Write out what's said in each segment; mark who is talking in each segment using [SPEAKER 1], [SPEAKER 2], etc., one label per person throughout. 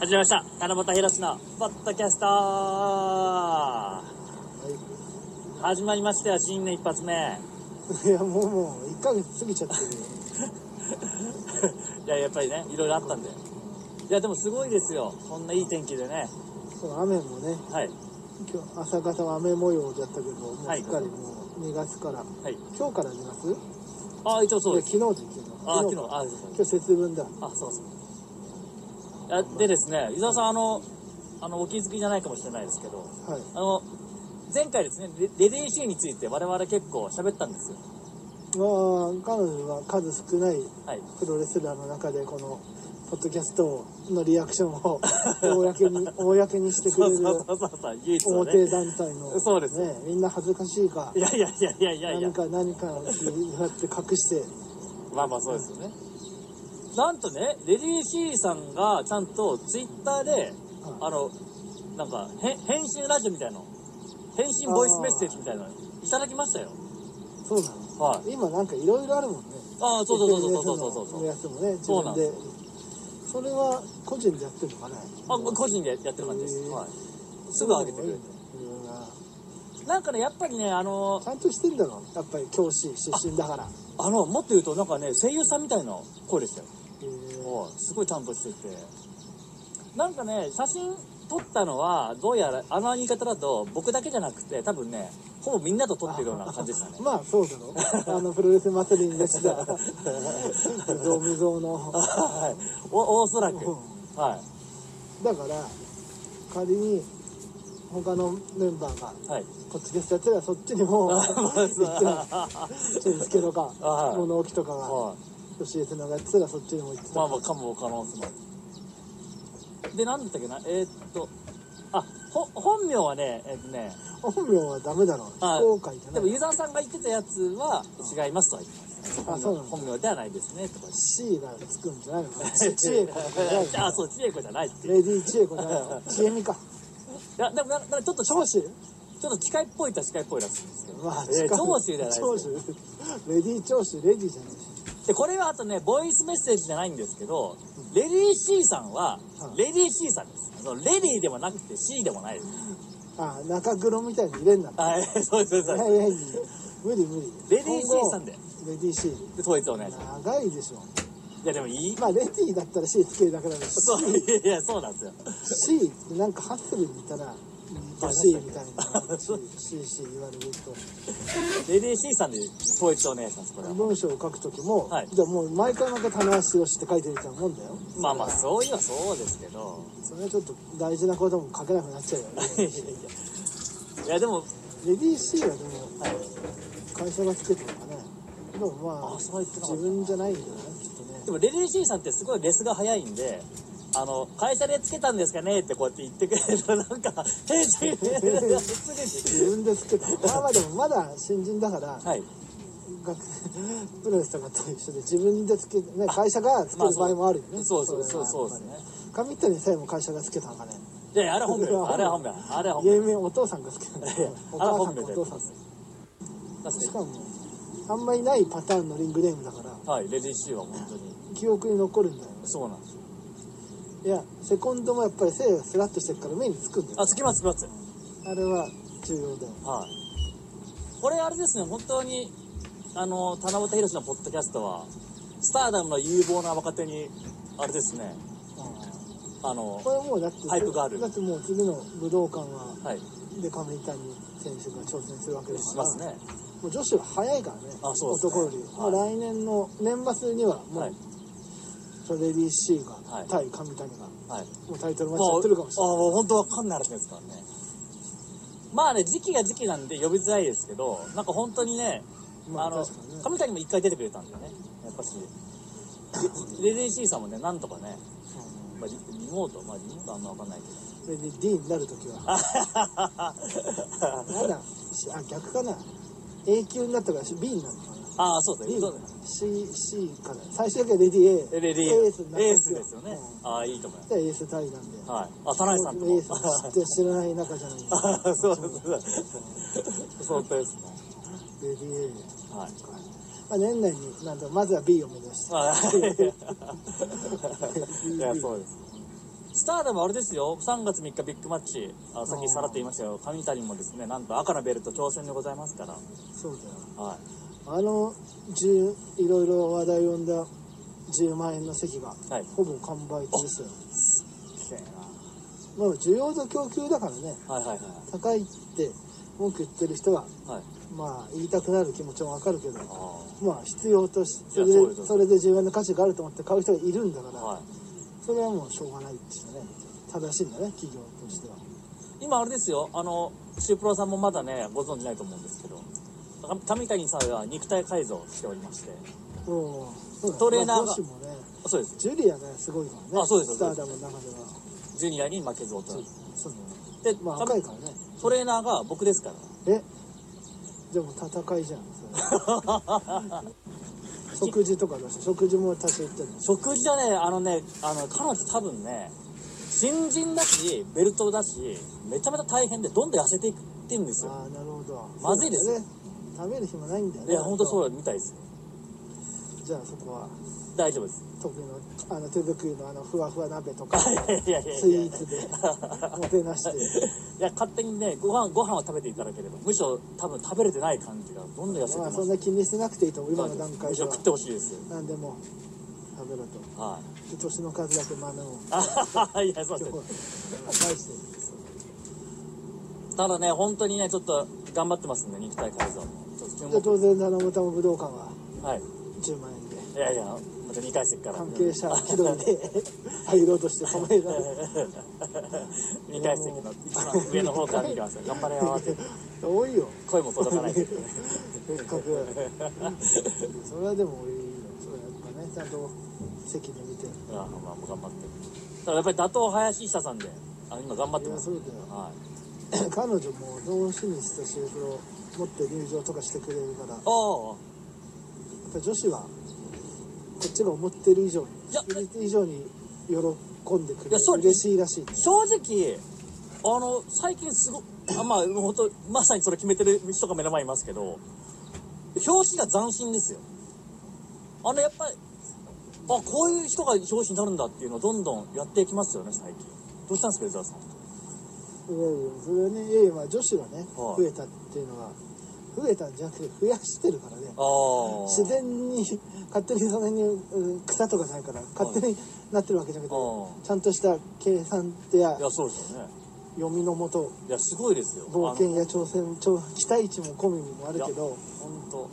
[SPEAKER 1] 始めました七夕ひろしのポッドキャスト始まりましたよ新年一発目
[SPEAKER 2] いやもうもう1ヶ月過ぎちゃってるよ
[SPEAKER 1] いややっぱりねいろいろあったんでいやでもすごいですよこんないい天気でね
[SPEAKER 2] そう雨もね
[SPEAKER 1] はい
[SPEAKER 2] 今日朝方は雨模様だったけどもう
[SPEAKER 1] はい
[SPEAKER 2] すっかりもう2月から、
[SPEAKER 1] はい
[SPEAKER 2] 今日から2月
[SPEAKER 1] ああ一応そうです
[SPEAKER 2] いや昨日です
[SPEAKER 1] あ昨
[SPEAKER 2] 昨
[SPEAKER 1] 日
[SPEAKER 2] 日
[SPEAKER 1] あそうそう
[SPEAKER 2] 今日節分だ
[SPEAKER 1] あそうそうあでですね伊沢さんあのあのお気づきじゃないかもしれないですけど
[SPEAKER 2] はい
[SPEAKER 1] あの前回ですねレレディーシーについて我々結構喋ったんですよ
[SPEAKER 2] まあ彼女は数少ない
[SPEAKER 1] はい
[SPEAKER 2] プロレスラーの中でこのポッドキャストのリアクショ ンを公に公にしてく
[SPEAKER 1] そ
[SPEAKER 2] れ
[SPEAKER 1] う
[SPEAKER 2] る
[SPEAKER 1] そうそうそうそう唯一の
[SPEAKER 2] 表
[SPEAKER 1] ね
[SPEAKER 2] 団体の、
[SPEAKER 1] そうです
[SPEAKER 2] ねみんな恥ずかしいか
[SPEAKER 1] いやいやいやいやいやいや
[SPEAKER 2] 何か何かをこうやって隠して
[SPEAKER 1] まあまあそうですよね。なんとね、レディー・シーさんがちゃんとツイッターで、あの、なんか、へ返信ラジオみたいなの、返信ボイスメッセージみたいなの、いただきましたよ。
[SPEAKER 2] そうなの
[SPEAKER 1] はい。
[SPEAKER 2] 今なんかいろいろあるもんね
[SPEAKER 1] ああ、そうそうそうそうそうそうそう
[SPEAKER 2] のやつもね自
[SPEAKER 1] そうなん
[SPEAKER 2] 分
[SPEAKER 1] で
[SPEAKER 2] でそれは個人でやってるのかね
[SPEAKER 1] あ、個人でやってる感じです。
[SPEAKER 2] へー
[SPEAKER 1] はい。すぐ上げてくれて。
[SPEAKER 2] うん
[SPEAKER 1] なんかね、やっぱりね、あの
[SPEAKER 2] ち、ゃんとしてんだろやっぱり教師出身だから
[SPEAKER 1] あの、もっと言うと、なんかね、声優さんみたいな声でしたよ。
[SPEAKER 2] へー
[SPEAKER 1] はいすごい担当してて。なんかね、写真撮ったのは、どうやら、あの言い方だと、僕だけじゃなくて、多分ね、ほぼみんなと撮ってるような感じで したね。
[SPEAKER 2] まあそうだ ろあのプロレス祭りに出した無造無造の
[SPEAKER 1] はい、おおそらく、
[SPEAKER 2] う
[SPEAKER 1] は
[SPEAKER 2] んだから仮に他のメンバーが
[SPEAKER 1] い、 はい、
[SPEAKER 2] こっちですやってたらそっち にもチェンスケとか
[SPEAKER 1] はい
[SPEAKER 2] 物置とかが
[SPEAKER 1] は
[SPEAKER 2] 教えてのがやってたらそっちにも行っ
[SPEAKER 1] い、
[SPEAKER 2] てた
[SPEAKER 1] まあまあ、かも可能性もある。で、なんだったっけな、えーっと、あ、ほ本名はね、えーっとね、
[SPEAKER 2] 本名はダメだろ非
[SPEAKER 1] あ
[SPEAKER 2] 公開じゃな
[SPEAKER 1] でも、
[SPEAKER 2] い
[SPEAKER 1] ユーザーさんが言ってたやつは違いますとは言ってます。
[SPEAKER 2] あそうなんだ
[SPEAKER 1] 本名ではないですね、とか言って。
[SPEAKER 2] C がつくんじゃないのちちえこじゃな い
[SPEAKER 1] あ、
[SPEAKER 2] の
[SPEAKER 1] そう、ちえこじゃないっていう。い
[SPEAKER 2] レディーちえこじゃないのちえみか
[SPEAKER 1] や、でも、なんかちょっと、ちょ
[SPEAKER 2] 長州
[SPEAKER 1] っと近いっぽいっちゃ近いっぽいらしいんですけど。
[SPEAKER 2] まあ
[SPEAKER 1] え
[SPEAKER 2] 近
[SPEAKER 1] ー
[SPEAKER 2] い
[SPEAKER 1] 長州じゃないです
[SPEAKER 2] 長州レディー長州レディーじゃない
[SPEAKER 1] でこれはあとねボイスメッセージじゃないんですけど、レディー C さんは、
[SPEAKER 2] うん
[SPEAKER 1] レディー C さんですそのレディーでもなくて C でもないです
[SPEAKER 2] あ中黒みたいに入れんな
[SPEAKER 1] はいそうですそうです
[SPEAKER 2] い
[SPEAKER 1] そう
[SPEAKER 2] や
[SPEAKER 1] で
[SPEAKER 2] いやいや無理無理
[SPEAKER 1] レディー C さんで
[SPEAKER 2] 今後レディー C
[SPEAKER 1] すで統一お願いしま
[SPEAKER 2] 長いでしょ
[SPEAKER 1] すいやでもいい
[SPEAKER 2] まあレディーだったら C つけるだけだけど
[SPEAKER 1] そういやいやそうなんですよ
[SPEAKER 2] C ってなんかハッスルにいたら
[SPEAKER 1] あ
[SPEAKER 2] C みたいな CC 言われると
[SPEAKER 1] レディー C さんで統一お願いしますこれは
[SPEAKER 2] 文章を書くときも、
[SPEAKER 1] はい
[SPEAKER 2] じゃあもう毎回なんか棚橋宏って書いてると思うんだよ
[SPEAKER 1] まあまあそういえばそうですけど
[SPEAKER 2] それはちょっと大事なことも書けなくなっちゃうよね
[SPEAKER 1] いやいやいやでも
[SPEAKER 2] レディー C はでも
[SPEAKER 1] はい
[SPEAKER 2] 会社がつけてるのかねでもま
[SPEAKER 1] あ
[SPEAKER 2] あ
[SPEAKER 1] そう言ってなか
[SPEAKER 2] 自
[SPEAKER 1] った
[SPEAKER 2] 分じゃないんだよねきっとね
[SPEAKER 1] でもレディー C さんってすごいレスが早いんであの会社でつけたんですかねってこうやって言ってくれるとなんか返事がすぐに
[SPEAKER 2] 自分でつけたまあまあでもまだ新人だから
[SPEAKER 1] はい
[SPEAKER 2] 学プロレスとかと一緒で自分でつけて、ね、会社がつける場合もあるよね、
[SPEAKER 1] そうそうそう
[SPEAKER 2] れは
[SPEAKER 1] そう
[SPEAKER 2] やっ
[SPEAKER 1] です
[SPEAKER 2] ぱり
[SPEAKER 1] ね
[SPEAKER 2] 上谷さえも会社がつけたのかね
[SPEAKER 1] いやいやあれは本名よあれは本名あれは本名
[SPEAKER 2] 芸名お父さんがつけたのか
[SPEAKER 1] いや
[SPEAKER 2] ねお母さんかお父さんかし
[SPEAKER 1] 確
[SPEAKER 2] か
[SPEAKER 1] か
[SPEAKER 2] もあんまりないパターンのリングネームだから
[SPEAKER 1] にはいレディー C は本当に
[SPEAKER 2] 記憶に残るんだよ
[SPEAKER 1] そうなんですよ
[SPEAKER 2] いやセコンドもやっぱり背がスラッとしてるから目につくんだよ
[SPEAKER 1] あつきますつきます
[SPEAKER 2] あれは重要だよ
[SPEAKER 1] はいこれあれですね本当にあの七夕宏のポッドキャストはスターダムの有望な若手にあれですねあの
[SPEAKER 2] これもうだって
[SPEAKER 1] パイプがある
[SPEAKER 2] だってもう次の武道館は
[SPEAKER 1] はい
[SPEAKER 2] で上谷選手が挑戦するわけだから
[SPEAKER 1] しますね
[SPEAKER 2] もう女子は早いからね
[SPEAKER 1] あそうですね
[SPEAKER 2] 男より、
[SPEAKER 1] はい
[SPEAKER 2] もう来年の年末にはもう、
[SPEAKER 1] はい
[SPEAKER 2] トレディー C が
[SPEAKER 1] はい
[SPEAKER 2] 対上谷が
[SPEAKER 1] はい
[SPEAKER 2] もうタイトルマッチや
[SPEAKER 1] も
[SPEAKER 2] ってるかもしれ
[SPEAKER 1] あもう本当わかんない話ですからねまあね時期が時期なんで呼びづらいですけどなんか本当にね、
[SPEAKER 2] まあ
[SPEAKER 1] あ、の
[SPEAKER 2] 確かにね
[SPEAKER 1] 上谷も一回出てくれたんだよねやっぱし レレディー C さんもねなんとかね、
[SPEAKER 2] ない、
[SPEAKER 1] まあ、リリモートまあリモートあんまわかんないけ ど
[SPEAKER 2] レディー D になるときはまだしあ逆かな A 級になったから B になるのかな
[SPEAKER 1] ああそうだ
[SPEAKER 2] B
[SPEAKER 1] ねそうだね
[SPEAKER 2] CC から最終的にはレディー A
[SPEAKER 1] レディ
[SPEAKER 2] エース
[SPEAKER 1] ーエースですよね、
[SPEAKER 2] う
[SPEAKER 1] ああいいと思いま
[SPEAKER 2] ん
[SPEAKER 1] す
[SPEAKER 2] でエース対談で
[SPEAKER 1] はいあ田中さんとも
[SPEAKER 2] エースの知って知らない仲じゃない
[SPEAKER 1] あそうそうそう本当ですね
[SPEAKER 2] レディー A
[SPEAKER 1] はい
[SPEAKER 2] まあ、年内になんとまずは B を目指して
[SPEAKER 1] あいやそうですスターダムあれですよ、3月3日ビッグマッチ、あさっきさらって言いましたよ、上谷もですね、なんと赤のベルト挑戦でございますから、
[SPEAKER 2] そうだよ
[SPEAKER 1] はい。
[SPEAKER 2] あの10いろいろ話題を呼んだ10万円の席が、
[SPEAKER 1] はい
[SPEAKER 2] ほぼ完売ですよまあ需要と供給だからね
[SPEAKER 1] はいはい
[SPEAKER 2] 高いって文句言ってる人は
[SPEAKER 1] はい。はい。
[SPEAKER 2] まあ言いたくなる気持ちもわかるけど
[SPEAKER 1] ああ
[SPEAKER 2] まあ必要とし
[SPEAKER 1] い
[SPEAKER 2] そ
[SPEAKER 1] や
[SPEAKER 2] れで
[SPEAKER 1] そうです
[SPEAKER 2] それで10円の価値があると思って買う人がいるんだから、
[SPEAKER 1] はい。
[SPEAKER 2] それはもうしょうがないっていうね正しいんだね企業としては
[SPEAKER 1] 今あれですよあのシュープロさんもまだねご存知ないと思うんですけど上谷さんは肉体改造をしておりまして
[SPEAKER 2] もう
[SPEAKER 1] トレーナーが
[SPEAKER 2] 女子もね
[SPEAKER 1] そうです
[SPEAKER 2] ジュリアねすごいからね
[SPEAKER 1] あそうです
[SPEAKER 2] スターダムの中では
[SPEAKER 1] ジュニアに負けず劣
[SPEAKER 2] そ
[SPEAKER 1] ら
[SPEAKER 2] う
[SPEAKER 1] ず
[SPEAKER 2] そうだ
[SPEAKER 1] で、
[SPEAKER 2] ねまあ
[SPEAKER 1] 上
[SPEAKER 2] 若いからね
[SPEAKER 1] トレーナーが僕ですから
[SPEAKER 2] えでも戦いじゃん それ食事とかどうして食事も多少行ってるの
[SPEAKER 1] 食事はねあのねあの彼女多分ね新人だしベルトだしめちゃめちゃ大変でどんどん痩せていってんですよ
[SPEAKER 2] ああなるほど
[SPEAKER 1] まずいですよ
[SPEAKER 2] そうだね食べる暇ないんだよ
[SPEAKER 1] い
[SPEAKER 2] ね
[SPEAKER 1] や本当そううみたいですよ
[SPEAKER 2] じゃあそこは
[SPEAKER 1] 大丈夫です
[SPEAKER 2] 得意のあの手作りのあのふわふわ鍋とか
[SPEAKER 1] いやいやいや
[SPEAKER 2] スイ
[SPEAKER 1] い
[SPEAKER 2] ーツでもてな して
[SPEAKER 1] や勝手にねご飯ご飯を食べていただければむしろ多分食べれてない感じがどんどん痩せて
[SPEAKER 2] ま
[SPEAKER 1] ま
[SPEAKER 2] あ
[SPEAKER 1] す
[SPEAKER 2] そんな気にしてなくていいと思う今の段
[SPEAKER 1] む
[SPEAKER 2] 階
[SPEAKER 1] し
[SPEAKER 2] で
[SPEAKER 1] ろ
[SPEAKER 2] は
[SPEAKER 1] 食ってほしいですよ
[SPEAKER 2] 何でも食べろと
[SPEAKER 1] は
[SPEAKER 2] で年の数だけ豆を
[SPEAKER 1] い。いや、 そう
[SPEAKER 2] 今日
[SPEAKER 1] で
[SPEAKER 2] は返して
[SPEAKER 1] す。ただね、本当にね、ちょっと頑張ってますんで、肉体改造も。ちょっと注
[SPEAKER 2] じゃあ
[SPEAKER 1] 目。
[SPEAKER 2] 当然七夕も武道館は
[SPEAKER 1] はい。
[SPEAKER 2] 10万円で
[SPEAKER 1] いやいや、また2回戦から。
[SPEAKER 2] 関係者気取りで入ろうとして止められ
[SPEAKER 1] 2階席の一番上の方から見てますよ。頑張れよって。
[SPEAKER 2] 多いよ
[SPEAKER 1] 声も届かないですけどね。
[SPEAKER 2] せっ かくそれはでもいいよそうやっぱねちゃんと席で見てい
[SPEAKER 1] まあまあ、もう頑張って。ただやっぱり打倒林下さんで、あ今頑張って
[SPEAKER 2] や
[SPEAKER 1] ます
[SPEAKER 2] そ。うだよ
[SPEAKER 1] はい。
[SPEAKER 2] 彼女も同志にしたシェフを持って入場とかしてくれるからやっ
[SPEAKER 1] おー
[SPEAKER 2] ぱ女子はこっちが思ってる以上に
[SPEAKER 1] いや
[SPEAKER 2] 以上に喜んでくれ
[SPEAKER 1] いや
[SPEAKER 2] る
[SPEAKER 1] そう
[SPEAKER 2] 嬉しいらしいね
[SPEAKER 1] 正直、あの、最近すご、あまあ、本当まさにそれ決めてる人が目の前にいますけど、表紙が斬新ですよ。あの、やっぱり、あ、こういう人が表紙になるんだっていうのをどんどんやっていきますよね、最近。どうしたんですか、伊沢さん。
[SPEAKER 2] いやいやそれはねいやいやまあ女子がね
[SPEAKER 1] はい
[SPEAKER 2] 増えたっていうのは増えたんじゃなくて増やしてるからね
[SPEAKER 1] ああ。
[SPEAKER 2] 自然に勝手にその辺にうん草とかないから勝手になってるわけじゃなくて
[SPEAKER 1] うん
[SPEAKER 2] ちゃんとした計算や
[SPEAKER 1] いや、そうですよね。
[SPEAKER 2] 読みのもと
[SPEAKER 1] いや、すごいですよ。
[SPEAKER 2] 冒険や挑戦挑期待値も込みもあるけども
[SPEAKER 1] あの。本当。
[SPEAKER 2] うね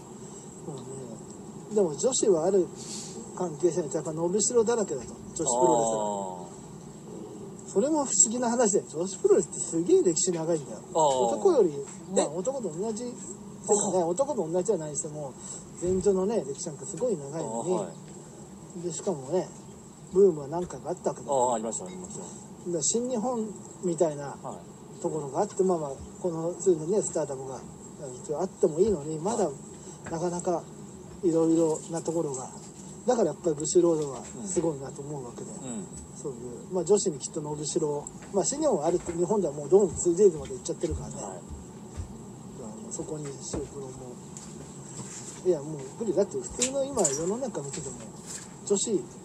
[SPEAKER 2] でも女子はある関係者にやっぱ伸びしろだらけだと女子プロレスはそれも不思議な話で女子プロレスってすげえ歴史長いんだよ
[SPEAKER 1] あー
[SPEAKER 2] 男より、まあ、
[SPEAKER 1] で
[SPEAKER 2] 男と同じですよね男と同じじゃないにしても前女のね歴史なんかすごい長
[SPEAKER 1] レ
[SPEAKER 2] い
[SPEAKER 1] ス
[SPEAKER 2] の
[SPEAKER 1] あー
[SPEAKER 2] に、
[SPEAKER 1] はい。
[SPEAKER 2] でしかもねブームは何回かあったわけだだか
[SPEAKER 1] ああ、ありました、ありまし
[SPEAKER 2] ら新日本みたいな
[SPEAKER 1] た。はい。
[SPEAKER 2] ところがあってまあまあこの数年ねスターダムが一応あってもいいのにまだなかなかいろいろなところがだからやっぱりブシロードはすごいなと思うわけで、
[SPEAKER 1] うん。
[SPEAKER 2] そういう、まあ、女子にきっと伸びしろまあ新日本はあるって日本ではもうドーム 2days まで行っちゃってるからね、
[SPEAKER 1] はい。
[SPEAKER 2] まあそこにシュープロもいやもう無理だって普通の今世の中見てても女子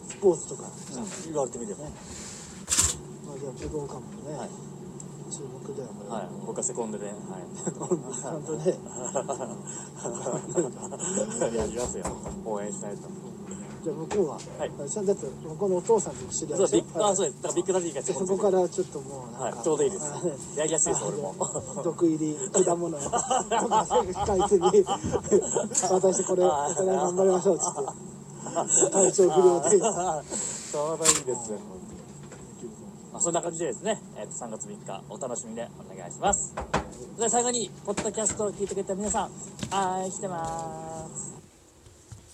[SPEAKER 2] スポーツとか
[SPEAKER 1] うん言われてみれば。
[SPEAKER 2] ねまあ、じゃあ武道館もね、
[SPEAKER 1] はい
[SPEAKER 2] 注目だよ、これ
[SPEAKER 1] はい。僕はセコンドで、はい。
[SPEAKER 2] ちゃんとね、
[SPEAKER 1] いやりますよ応援しないと
[SPEAKER 2] じゃあ向こうは、
[SPEAKER 1] はい
[SPEAKER 2] あちゃんとだって向こうのお父さんと知り合い
[SPEAKER 1] そう
[SPEAKER 2] でし
[SPEAKER 1] ビ
[SPEAKER 2] ょ
[SPEAKER 1] ッグあそうですだからビッグダディが
[SPEAKER 2] でそこ
[SPEAKER 1] ら
[SPEAKER 2] からちょっともうなんか、
[SPEAKER 1] はいちょうどいいです
[SPEAKER 2] あね
[SPEAKER 1] やりやすいです俺も
[SPEAKER 2] あの毒入り果物 とか控えず に渡してこれ
[SPEAKER 1] あー
[SPEAKER 2] お互い頑張りましょうっつ って体調不良で
[SPEAKER 1] ちょうどいいですねまあそんな感じでですね、えーと3月3日お楽しみでお願いしますで最後にポッドキャストを聞いてくれた皆さん愛してます